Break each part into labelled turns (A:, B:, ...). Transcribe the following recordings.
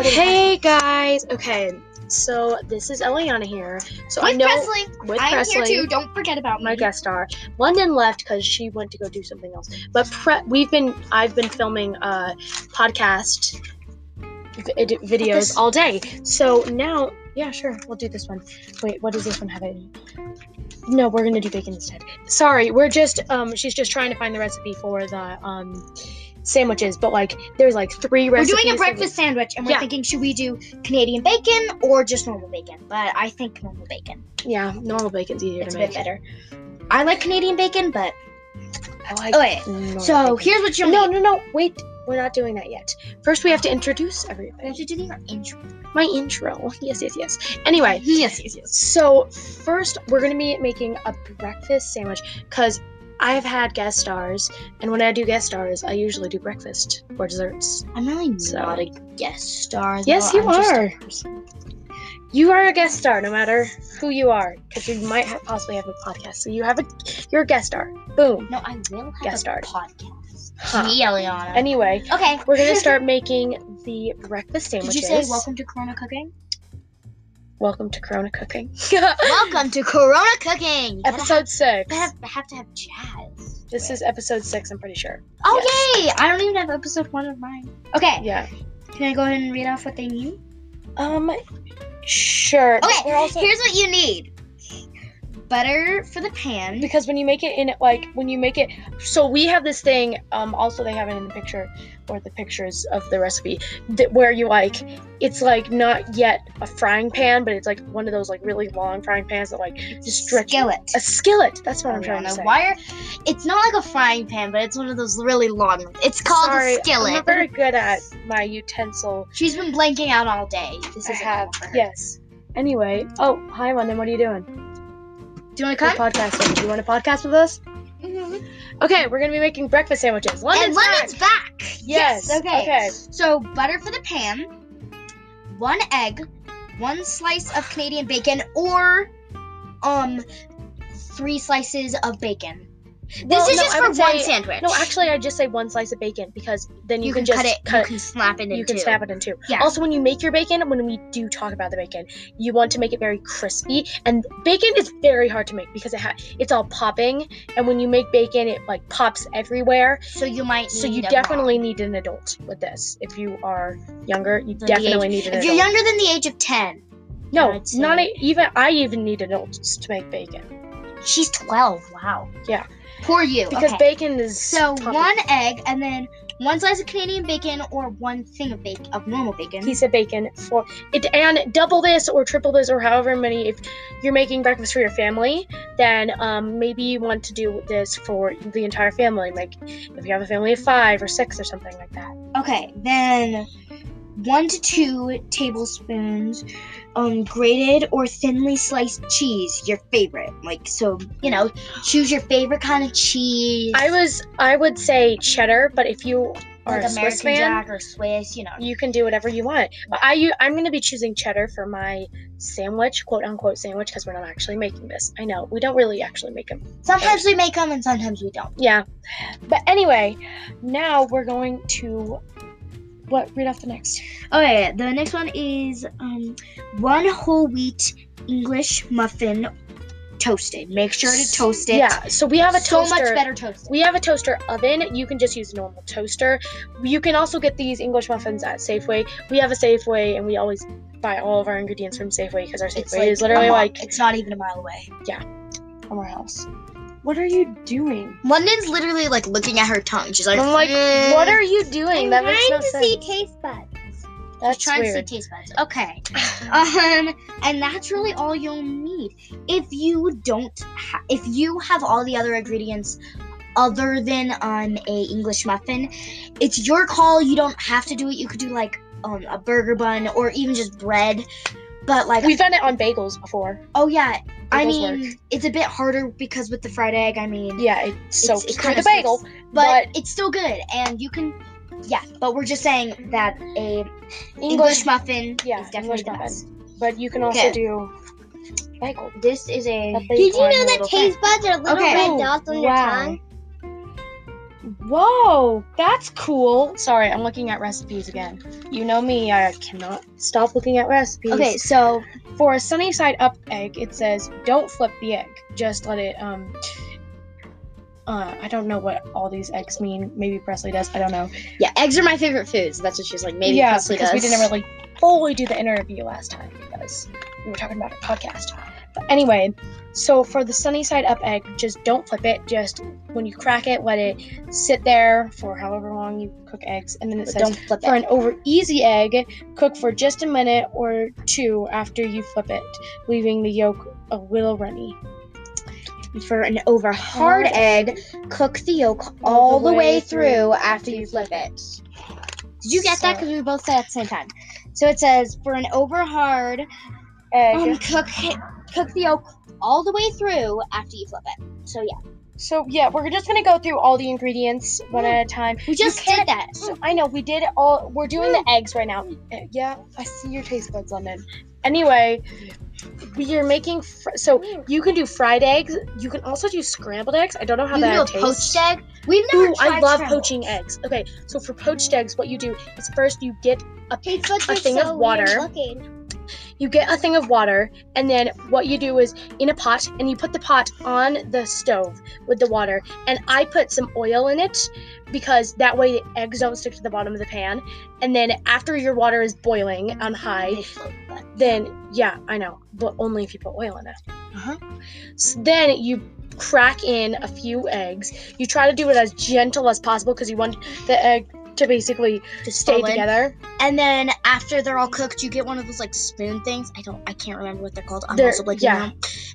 A: Hey guys. Okay, so this is Eliana here. So I
B: With
A: know
B: Presley,
A: with
B: I'm
A: Presley,
B: here too. Don't forget about
A: my
B: me.
A: guest star. London left because she went to go do something else. But pre- we've been I've been filming uh podcast v- ed- videos
B: This-
A: all day. So now, yeah, sure, we'll do this one. Wait, what does this one have in? No, we're gonna do bacon instead. Sorry, we're just um she's just trying to find the recipe for the um sandwiches. But like, there's like three
B: We're
A: recipes.
B: doing a
A: that we-
B: breakfast sandwich, and we're
A: Yeah.
B: thinking should we do Canadian bacon or just normal bacon? But I think normal bacon.
A: Yeah, normal bacon's easier
B: It's a
A: to
B: bit
A: make.
B: better. I like Canadian bacon, but
A: I like
B: okay.
A: normal
B: So
A: bacon.
B: here's what you'll
A: no,
B: need.
A: no, no. Wait, we're not doing that yet. First, we have to introduce
B: We have
A: everybody.
B: to do the intro.
A: My intro. Yes, yes, yes. Anyway,
B: Yes, yes, yes.
A: so first we're gonna be making a breakfast sandwich because I've had guest stars, and when I do guest stars, I usually do breakfast or desserts.
B: I'm really
A: So-
B: not a guest star. Though.
A: Yes, you
B: I'm just a
A: are.
B: person.
A: You are a guest star, no matter who you are, because you might ha- possibly have a podcast. So you have a, you're a guest star. Boom.
B: No, I will have
A: Guest
B: a
A: star.
B: podcast.
A: Huh.
B: Me, Eliana.
A: Anyway,
B: okay.
A: we're gonna start making the breakfast
B: Did
A: sandwiches.
B: you say welcome to Corona Cooking?
A: Welcome to Corona Cooking.
B: welcome to Corona Cooking. You gotta
A: Episode
B: I
A: six.
B: have, I have to have jazz.
A: This is episode six, I'm pretty sure.
B: Oh yay! I don't even have episode one of mine. Okay,
A: Yeah.
B: can I go ahead and read off what they mean?
A: Um, sure. but
B: Okay,
A: We're also
B: here's what you need: butter for the pan.
A: because when you make it in like when you make it, so we have this thing. Um, also they have it in the picture or the pictures of the recipe that where you like it's like not yet a frying pan, but it's like one of those like really long frying pans that like just stretch
B: skillet.
A: a skillet. That's what I'm
B: Oh,
A: trying to
B: Rihanna,
A: say.
B: Why are? It's not like a frying pan, but it's one of those really long. ones. It's called
A: Sorry,
B: a skillet.
A: I'm not very good at my utensil.
B: She's been blanking out all day. This
A: I
B: is
A: have yes. Anyway, oh hi, London. What are you doing?
B: Do you want to
A: We're
B: come?
A: podcasting. Do you want to podcast with us? Okay, we're gonna be making breakfast
B: And
A: sandwiches. London's
B: lemon's
A: back.
B: back.
A: Yes,
B: Okay.
A: okay.
B: So butter for the pan, one egg, one slice of Canadian bacon, or um, three slices of bacon. This
A: Well,
B: is
A: no,
B: just
A: I
B: for one
A: would say-
B: sandwich.
A: No, actually, I just say one slice of bacon because then
B: you,
A: you,
B: can,
A: just
B: cut it. you can snap it in
A: you can
B: two.
A: snap it in two.
B: Yeah.
A: Also, when you make your bacon, when we do talk about the bacon, you want to make it very crispy. And bacon is very hard to make because it ha- it's all popping. And when you make bacon, it like pops everywhere.
B: so you might.
A: So you
B: need a
A: definitely need an adult with this. If you are younger, you
B: The
A: definitely need
B: raw.
A: an
B: If
A: adult.
B: you're younger than the age of ten,
A: no,
B: I'd say-
A: not a, even. I even need adults to make bacon
B: she's twelve. Wow.
A: Yeah.
B: Poor you.
A: because
B: okay.
A: bacon is
B: So
A: complicated.
B: one egg, and then one slice of Canadian bacon, or one thing of bacon of normal bacon.
A: piece of bacon for it and double this or triple this or however many if you're making breakfast for your family then um, maybe you want to do this for the entire family like if you have a family of five or six or something like that
B: Okay, then one to two tablespoons um grated or thinly sliced cheese, your favorite. Like so, you know, choose your favorite kind of cheese.
A: i was i would say cheddar but if you are
B: like
A: a
B: American
A: swiss fan
B: Jack or Swiss, you know.
A: you can do whatever you want but i u- i'm going to be choosing cheddar for my sandwich quote unquote sandwich because we're not actually making this i know we don't really actually make them
B: Sometimes we make them and sometimes we don't.
A: Yeah. But anyway, now we're going to what read off the next.
B: Okay, the next one is um one whole wheat English muffin toasted. Make sure to toast it.
A: Yeah, so we have a
B: so
A: toaster.
B: much better toasted.
A: We have a toaster oven. You can just use a normal toaster. You can also get these English muffins at Safeway. We have a Safeway and we always buy all of our ingredients from Safeway because our Safeway
B: It's like uh-huh.
A: is literally
B: a mi-
A: like
B: it's not even a mile away.
A: from our house. What are you doing?
B: London's literally like looking at her tongue. She's like,
A: I'm like,
B: "Mm."
A: what are you doing? that makes no sense.
B: taste buds.
A: That's
B: trying
A: weird.
B: to see taste buds. Okay. um, and that's really all you'll need. If you don't, ha- if you have all the other ingredients other than um a English muffin, it's your call. You don't have to do it. You could do like um a burger bun or even just bread. But like,
A: We've done it on bagels before.
B: oh yeah, I
A: Bagels
B: mean,
A: work.
B: it's a bit harder because with the fried egg, I mean,
A: Yeah, it soaks
B: it
A: through
B: kinda
A: the bagel.
B: sticks. but,
A: but-
B: it's still good and you can yeah but we're just saying that a english, muffin
A: yeah,
B: is definitely
A: English
B: the
A: muffin.
B: best
A: But you can also
B: Okay.
A: do bagel.
B: this is a
A: Did you know that
B: buds are
A: little red
B: dots
A: on your Wow. tongue? Whoa, that's cool. Sorry, I'm looking at recipes again. You know me, I cannot stop looking at recipes.
B: Okay, so
A: for a sunny side up egg, it says don't flip the egg. Just let it um uh, I don't know what all these eggs mean. Maybe Presley does. I don't know.
B: yeah, eggs are my favorite foods. That's what she's like. Maybe
A: yeah,
B: Presley
A: because
B: does.
A: we didn't really fully do the interview last time because we were talking about our podcast. But anyway, so for the sunny side up egg, just don't flip it. Just when you crack it, let it sit there for however long you cook eggs, and then it
B: But
A: says
B: don't flip
A: for
B: it.
A: an over easy egg, cook for just a minute or two after you flip it, leaving the yolk a little runny.
B: For an over hard egg, cook the yolk all the way through after you flip it. Did you get that?
A: So-
B: Because we both said it at the same time. So it says for an over hard
A: Egg.
B: um, cook cook the yolk all the way through after you flip it. So yeah,
A: so yeah, we're just gonna go through all the ingredients one at a time.
B: we just did that.
A: So I know we did all. We're doing
B: Mm.
A: the eggs right now. Uh, Yeah, I see your taste buds, London. Anyway, we are making. Fr- so you can do fried eggs. You can also do scrambled eggs. I don't know how
B: you
A: that
B: can do a
A: tastes.
B: poached egg. We've never
A: Ooh,
B: tried
A: I love
B: scrambled.
A: poaching eggs. Okay, so for poached eggs, what you do is first you get
B: It's like
A: a
B: they're
A: thing of
B: so
A: water.
B: weird looking.
A: you get a thing of water, and then what you do is in a pot, and you put the pot on the stove with the water, and I put some oil in it because that way the eggs don't stick to the bottom of the pan. And then after your water is boiling on high,
B: They float, but-
A: then yeah, I know, but only if you put oil in it.
B: Uh-huh.
A: So then you crack in a few eggs. You try to do it as gentle as possible because you want the egg to basically
B: Just
A: stay
B: fall in.
A: together.
B: And then after they're all cooked, you get one of those like spoon things. I don't, I can't remember what they're called. I'm
A: They're-
B: also blanking
A: yeah.
B: now.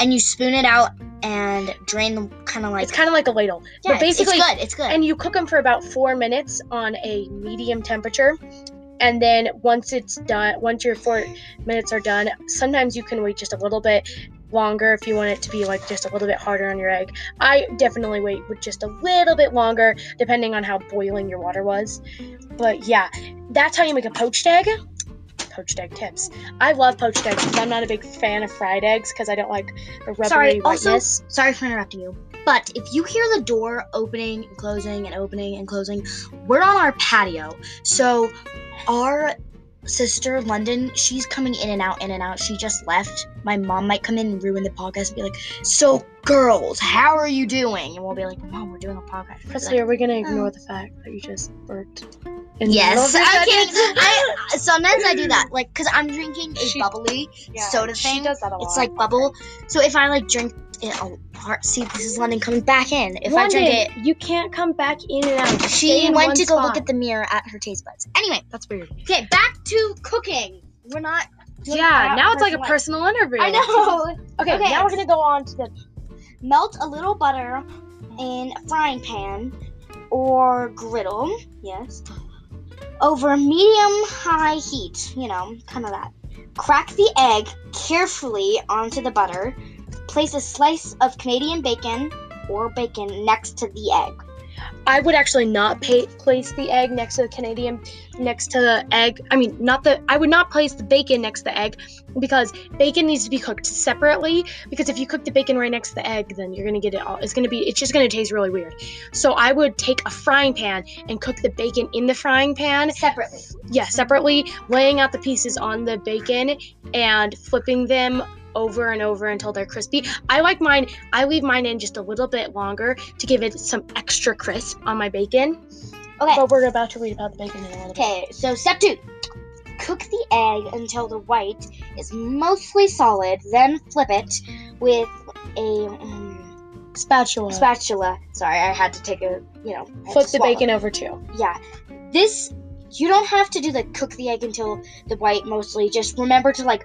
B: And you spoon it out and drain them, kind of like.
A: It's kind of like a ladle,
B: Yeah,
A: but basically,
B: it's good. It's good.
A: and you cook them for about four minutes on a medium temperature. And then once it's done, once your four minutes are done, sometimes you can wait just a little bit longer if you want it to be like just a little bit harder on your egg. I definitely wait with just a little bit longer, depending on how boiling your water was. But yeah, that's how you make a poached egg. Poached egg tips. I love poached eggs because I'm not a big fan of fried eggs because I don't like the rubbery
B: Sorry, also-
A: whiteness.
B: Sorry for interrupting you, but if you hear the door opening and closing and opening and closing, we're on our patio. So our sister London, she's coming in and out, in and out. She just left. My mom might come in and ruin the podcast and be like, "So girls, how are you doing?" And we'll be like, "Mom, we're doing a podcast." She'll be
A: Presley,
B: like,
A: are we gonna
B: ignore
A: ignore
B: oh.
A: the fact that you just burped?
B: Yes, I can. I sometimes I do that, like, cause I'm drinking a
A: She-
B: bubbly soda thing.
A: She does that a lot.
B: It's like bubble. So if I like drink it a part, see, this is London coming back in. If I drink it,
A: you can't come back in and out. Stay
B: she
A: in
B: went
A: one
B: to go look
A: spot.
B: at the mirror at her taste buds. Anyway,
A: That's weird.
B: okay, back to cooking. We're not. doing
A: Yeah,
B: that
A: now it's like a
B: person-
A: personal interview.
B: I know.
A: Okay,
B: Okay.
A: now we're gonna go on to the.
B: Melt a little butter in a frying pan or griddle. Yes. Over medium high heat, you know, kind of that. Crack the egg carefully onto the butter. Place a slice of Canadian bacon or bacon next to the egg.
A: I would actually not pa place the egg next to the Canadian, next to the egg. I mean, not the. I would not place the bacon next to the egg because bacon needs to be cooked separately. Because if you cook the bacon right next to the egg, then you're gonna get it all. It's gonna be. It's just gonna taste really weird. So I would take a frying pan and cook the bacon in the frying pan.
B: Separately.
A: Yeah, separately, laying out the pieces on the bacon and flipping them over and over until they're crispy. I like mine. I leave mine in just a little bit longer to give it some extra crisp on my bacon.
B: Okay.
A: But we're about to read about the bacon in a little bit.
B: Okay, so step two. Cook the egg until the white is mostly solid, then flip it with a mm,
A: Spatula.
B: spatula. Sorry, I had to take a, you know, I had
A: Flip
B: to
A: the
B: swallow.
A: bacon over too.
B: Yeah. This, you don't have to do the cook the egg until the white mostly. Just remember to, like,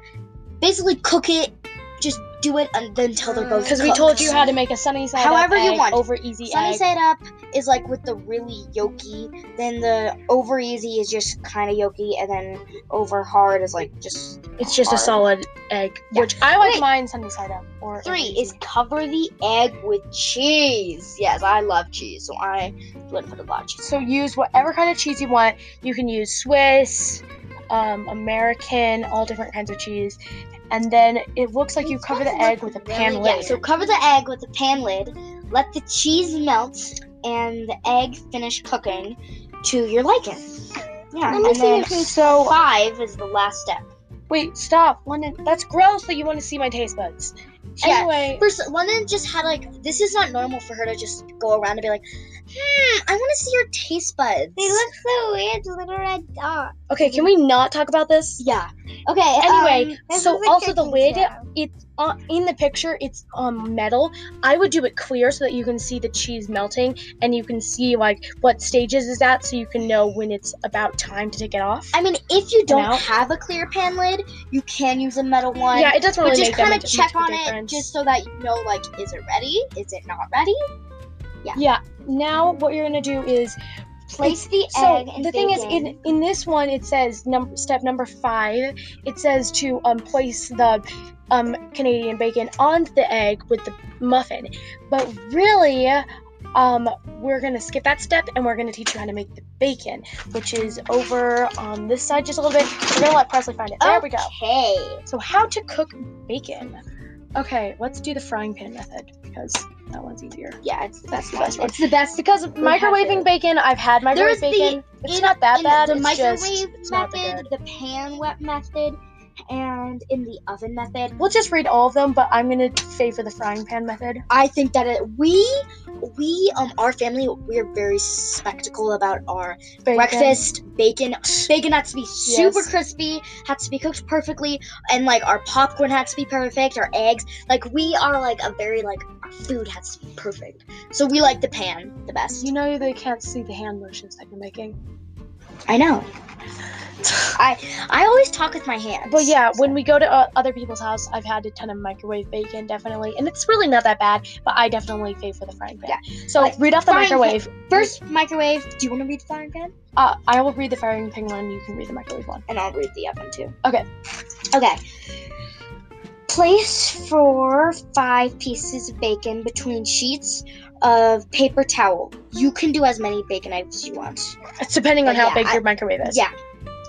B: basically cook it. Just do it un- until they're both
A: Because Mm, we told
B: cooked.
A: you how to make a sunny side
B: However
A: up
B: you
A: egg
B: want.
A: over easy
B: Sunny
A: egg.
B: side up is like with the really yolky, then the over easy is just kind of yolky, and then over hard is like just
A: it's just a
B: hard.
A: solid egg,
B: Yeah.
A: which I like
B: Wait.
A: mine sunny side up. Or over
B: Three
A: easy.
B: is cover the egg with cheese. Yes, I love cheese, so I would put a lot of cheese.
A: So use whatever kind of cheese you want. You can use Swiss, um, American, all different kinds of cheese. And then it looks like you cover the egg with a pan lid.
B: Yeah, so cover the egg with a pan lid. Let the cheese melt and the egg finish cooking to your liking. Yeah,
A: Let me
B: and
A: see
B: then
A: your taste. So
B: five is the last step.
A: wait, stop, London. That's gross that you want to see my taste buds.
B: Yeah.
A: Anyway,
B: First, London just had like this is not normal for her to just go around and be like, hmm, I want to see your taste buds.
C: They look so weird, little red dots.
A: okay, can we not talk about this?
B: Yeah. Okay.
A: Anyway,
B: um,
C: This
A: so
C: is a
A: also the
C: cooking
A: lid
C: show.
A: it's uh, in the picture it's um metal i would do it clear so that you can see the cheese melting and you can see like what stages is at so you can know when it's about time to take it off
B: I mean, if you don't
A: out.
B: have a clear pan lid, you can use a metal one.
A: yeah it doesn't
B: but
A: really
B: just
A: make that
B: kind
A: much,
B: of check
A: much
B: on
A: of a
B: it
A: difference.
B: just so that you know like is it ready is it not ready
A: yeah now what you're gonna do is
B: place the
A: so
B: egg and
A: the thing is
B: bacon.
A: in in this one it says num- step number five it says to um place the um canadian bacon on the egg with the muffin but really um we're gonna skip that step and we're gonna teach you how to make the bacon which is over on this side just a little bit we're gonna let presley find it there we go
B: okay
A: so how to cook bacon okay let's do the frying pan method because that one's easier
B: yeah it's the best
A: the best
B: one
A: one. It's the best because microwaving
B: to-
A: bacon. I've had microwave
B: There's the-
A: bacon. it's
B: in-
A: not that
B: in
A: bad.
B: the
A: it's
B: microwave
A: just, it's not that
B: method the pan wet method and in the oven method
A: we'll just read all of them, but I'm gonna favor the frying pan method.
B: i think that it we we um our family we're very spectacle about our
A: Bacon.
B: breakfast bacon bacon had to be super
A: Yes.
B: crispy had to be cooked perfectly and like our popcorn had to be perfect our eggs like we are like a very like our food has to be perfect so we like the pan the best
A: You know they can't see the hand motions that you're making.
B: i know i i always talk with my hands
A: But yeah, when we go to uh, other people's house, I've had a ton of microwave bacon, definitely, and it's really not that bad. But I definitely favor the frying pan. So
B: Like,
A: read off the
B: frying pan-
A: microwave.
B: first microwave do you want to read the frying pan
A: Uh, I will read the frying pan one. You can read the microwave one.
B: and I'll read the oven too.
A: Okay.
B: Okay. Place four or five pieces of bacon between sheets of paper towel. You can do as many bacon as you want.
A: It's depending on
B: But
A: how
B: yeah,
A: big
B: I-
A: your microwave is.
B: Yeah.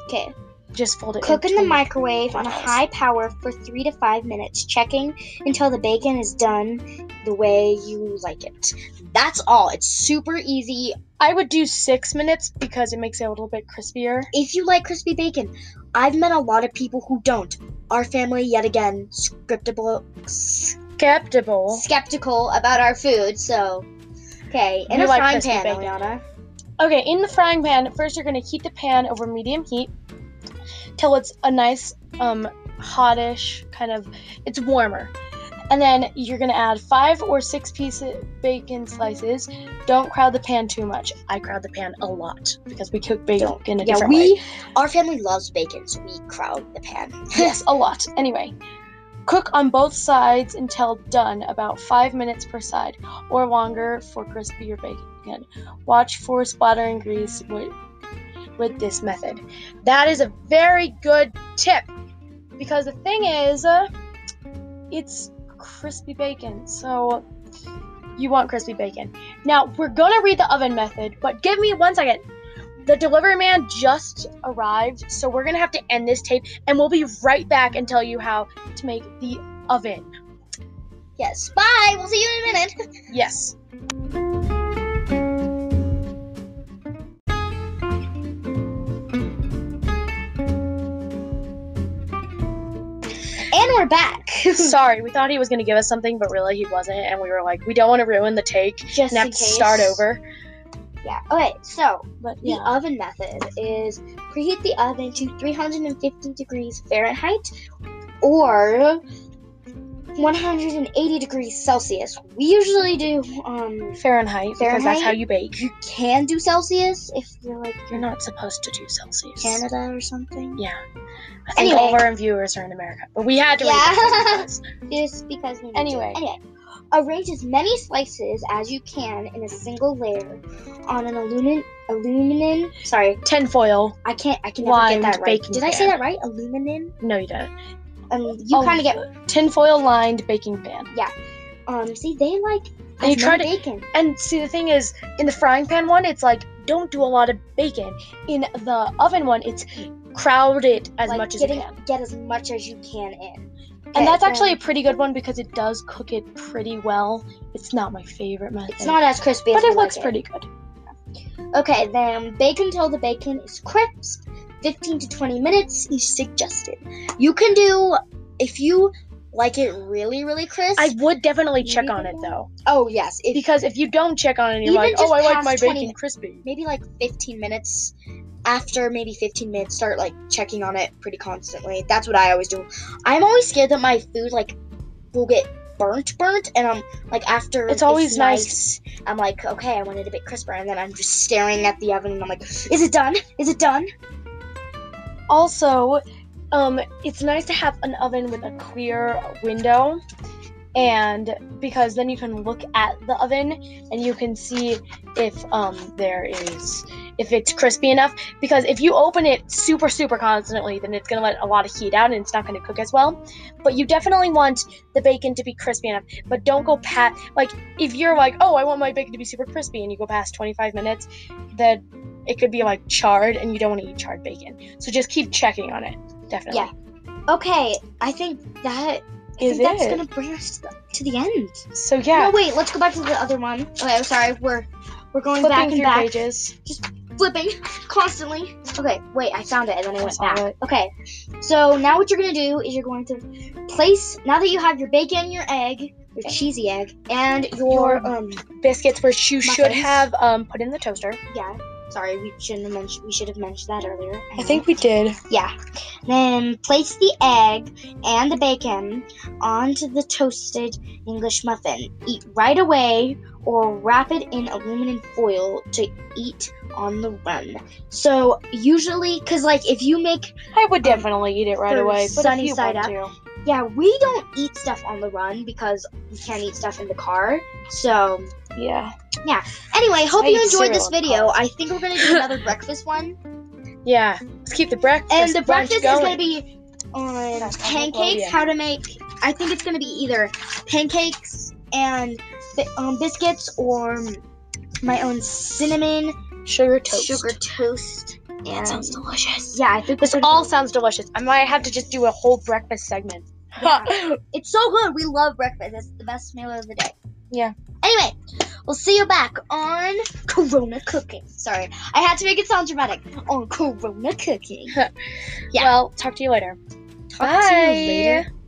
B: Okay.
A: Just fold it.
B: Cook in the
A: between
B: microwave on a
A: towels.
B: high power for three to five minutes, checking until the bacon is done the way you like it. That's all. It's super easy.
A: I would do six minutes because it makes it a little bit crispier.
B: if you like crispy bacon. I've met a lot of people who don't. Our family, yet again, skeptical,
A: Skeptical.
B: skeptical about our food. So, okay, in a
A: You like
B: frying
A: crispy
B: pan,
A: bacon.
B: Eliana.
A: Okay, in the frying pan, first you're gonna heat the pan over medium heat till it's a nice, um, hotish kind of. It's warmer, and then you're gonna add five or six pieces bacon slices. Don't crowd the pan too much. I crowd the pan a lot because we cook bacon
B: Don't.
A: in a
B: Yeah,
A: different way.
B: we our family loves bacon, so we crowd the pan.
A: yes, a lot. Anyway, cook on both sides until done, about five minutes per side or longer for crispier bacon. Watch for splattering grease with, with this method. That is a very good tip because the thing is, uh, it's crispy bacon, so you want crispy bacon. Now, we're gonna read the oven method, but give me one second. The delivery man just arrived, so we're gonna have to end this tape and we'll be right back and tell you how to make the oven.
B: Yes. Bye. We'll see you in a minute.
A: Yes.
B: And we're back. Just
A: Sorry, we thought he was gonna give us something, but really he wasn't, and we were like, we don't want to ruin the take and have
B: in
A: to
B: case.
A: start over.
B: Yeah. Okay. So
A: But
B: The oven method is preheat the oven to 350 degrees Fahrenheit or 180 degrees Celsius. We usually do um
A: Fahrenheit, because that's how
B: Fahrenheit?
A: you bake.
B: you can do Celsius if you're like
A: You're not supposed to do Celsius.
B: Canada or something.
A: Yeah. I think
B: Anyway.
A: all of our viewers are in America, but we had to. read
B: Yeah.
A: that because-
B: Just because we need to.
A: Anyway.
B: Anyway. Arrange as many slices as you can in a single layer on an aluminum aluminum sorry,
A: Tinfoil.
B: I can't I can never
A: Lined
B: get that right.
A: baking
B: Did I say
A: pan.
B: that right? Aluminum?
A: No, you don't.
B: Um you
A: Oh,
B: kinda get
A: Tinfoil lined baking pan.
B: Um, see, they like
A: And
B: as
A: you try
B: much bacon.
A: And see, the thing is, in the frying pan one, it's like don't do a lot of bacon. In the oven one, it's crowd it as
B: Like,
A: much as you
B: getting,
A: can.
B: Get as much as you can in.
A: and that's
B: then-
A: actually a pretty good one because it does cook it pretty well. It's not my favorite method.
B: It's not as crispy as
A: but it
B: we like
A: looks pretty good.
B: Okay, then bake until the bacon is crisp. 15 to 20 minutes is suggested. You can do, if you like it really, really crisp.
A: I would definitely check
B: Maybe
A: on it
B: the-
A: though,
B: oh, yes. If,
A: because if you don't check on it, and you're
B: Even
A: like,
B: just
A: "Oh, I like
B: past
A: my
B: 20
A: bacon crispy."
B: maybe like 15 minutes after maybe 15 minutes start like checking on it pretty constantly that's what i always do i'm always scared that my food like will get burnt burnt and i'm like after
A: It's always nice.
B: nice i'm like okay i want it a bit crisper and then i'm just staring at the oven and i'm like is it done is it done
A: Also, um, it's nice to have an oven with a clear window, and because then you can look at the oven and you can see if um, there is if it's crispy enough. Because if you open it super super constantly, then it's gonna let a lot of heat out and it's not gonna cook as well. But you definitely want the bacon to be crispy enough. But don't go past like if you're like, oh, I want my bacon to be super crispy, and you go past 25 minutes, then it could be like charred, and you don't want to eat charred bacon. So just keep checking on it. Definitely.
B: Yeah. okay i think that I
A: Is
B: think that's
A: it?
B: gonna bring us to the, to the end
A: So yeah.
B: no wait let's go back to the other one okay i'm sorry we're we're going
A: Flipping
B: back and
A: through
B: back
A: pages.
B: flipping constantly. Okay, wait, I found it and then I
A: I
B: went
A: saw
B: back.
A: it.
B: Okay, so now what you're gonna do is you're going to place. Now that you have your bacon, your egg, your cheesy egg, and your,
A: Your-
B: um,
A: Biscuits, which you should
B: Muffins.
A: have um, put in the toaster.
B: yeah. Sorry, we shouldn't have mentioned. We should have mentioned that earlier.
A: we did.
B: Yeah. Then place the egg and the bacon onto the toasted English muffin. Eat right away or wrap it in aluminum foil to eat on the run. So, usually, because, like, if you make,
A: I would definitely eat it right
B: For
A: away. But
B: sunny
A: if you
B: side
A: want
B: up.
A: to,
B: yeah, we don't eat stuff on the run because we can't eat stuff in the car. So,
A: yeah,
B: anyway, hope
A: I
B: you
A: eat
B: enjoyed
A: cereal
B: this
A: in the
B: video.
A: car.
B: I think we're going to do another breakfast one.
A: yeah. Let's keep the breakfast.
B: And the
A: bunch
B: breakfast
A: going.
B: is gonna be
A: Oh
B: on
A: That's
B: pancakes.
A: Nickelodeon.
B: How to make? I think it's gonna be either pancakes and bi- um, biscuits or my own cinnamon
A: sugar toast.
B: sugar toast. And
A: That sounds delicious.
B: yeah, I think
A: This
B: we're gonna
A: all
B: do-
A: sounds delicious. I might have to just do a whole breakfast segment.
B: It's so good. We love breakfast. It's the best meal of the day.
A: Yeah.
B: Anyway, we'll see you back on Corona Cooking. Sorry, I had to make it sound dramatic. On Corona Cooking. Yeah.
A: Well, talk to you later.
B: Talk to you
A: Bye.
B: later.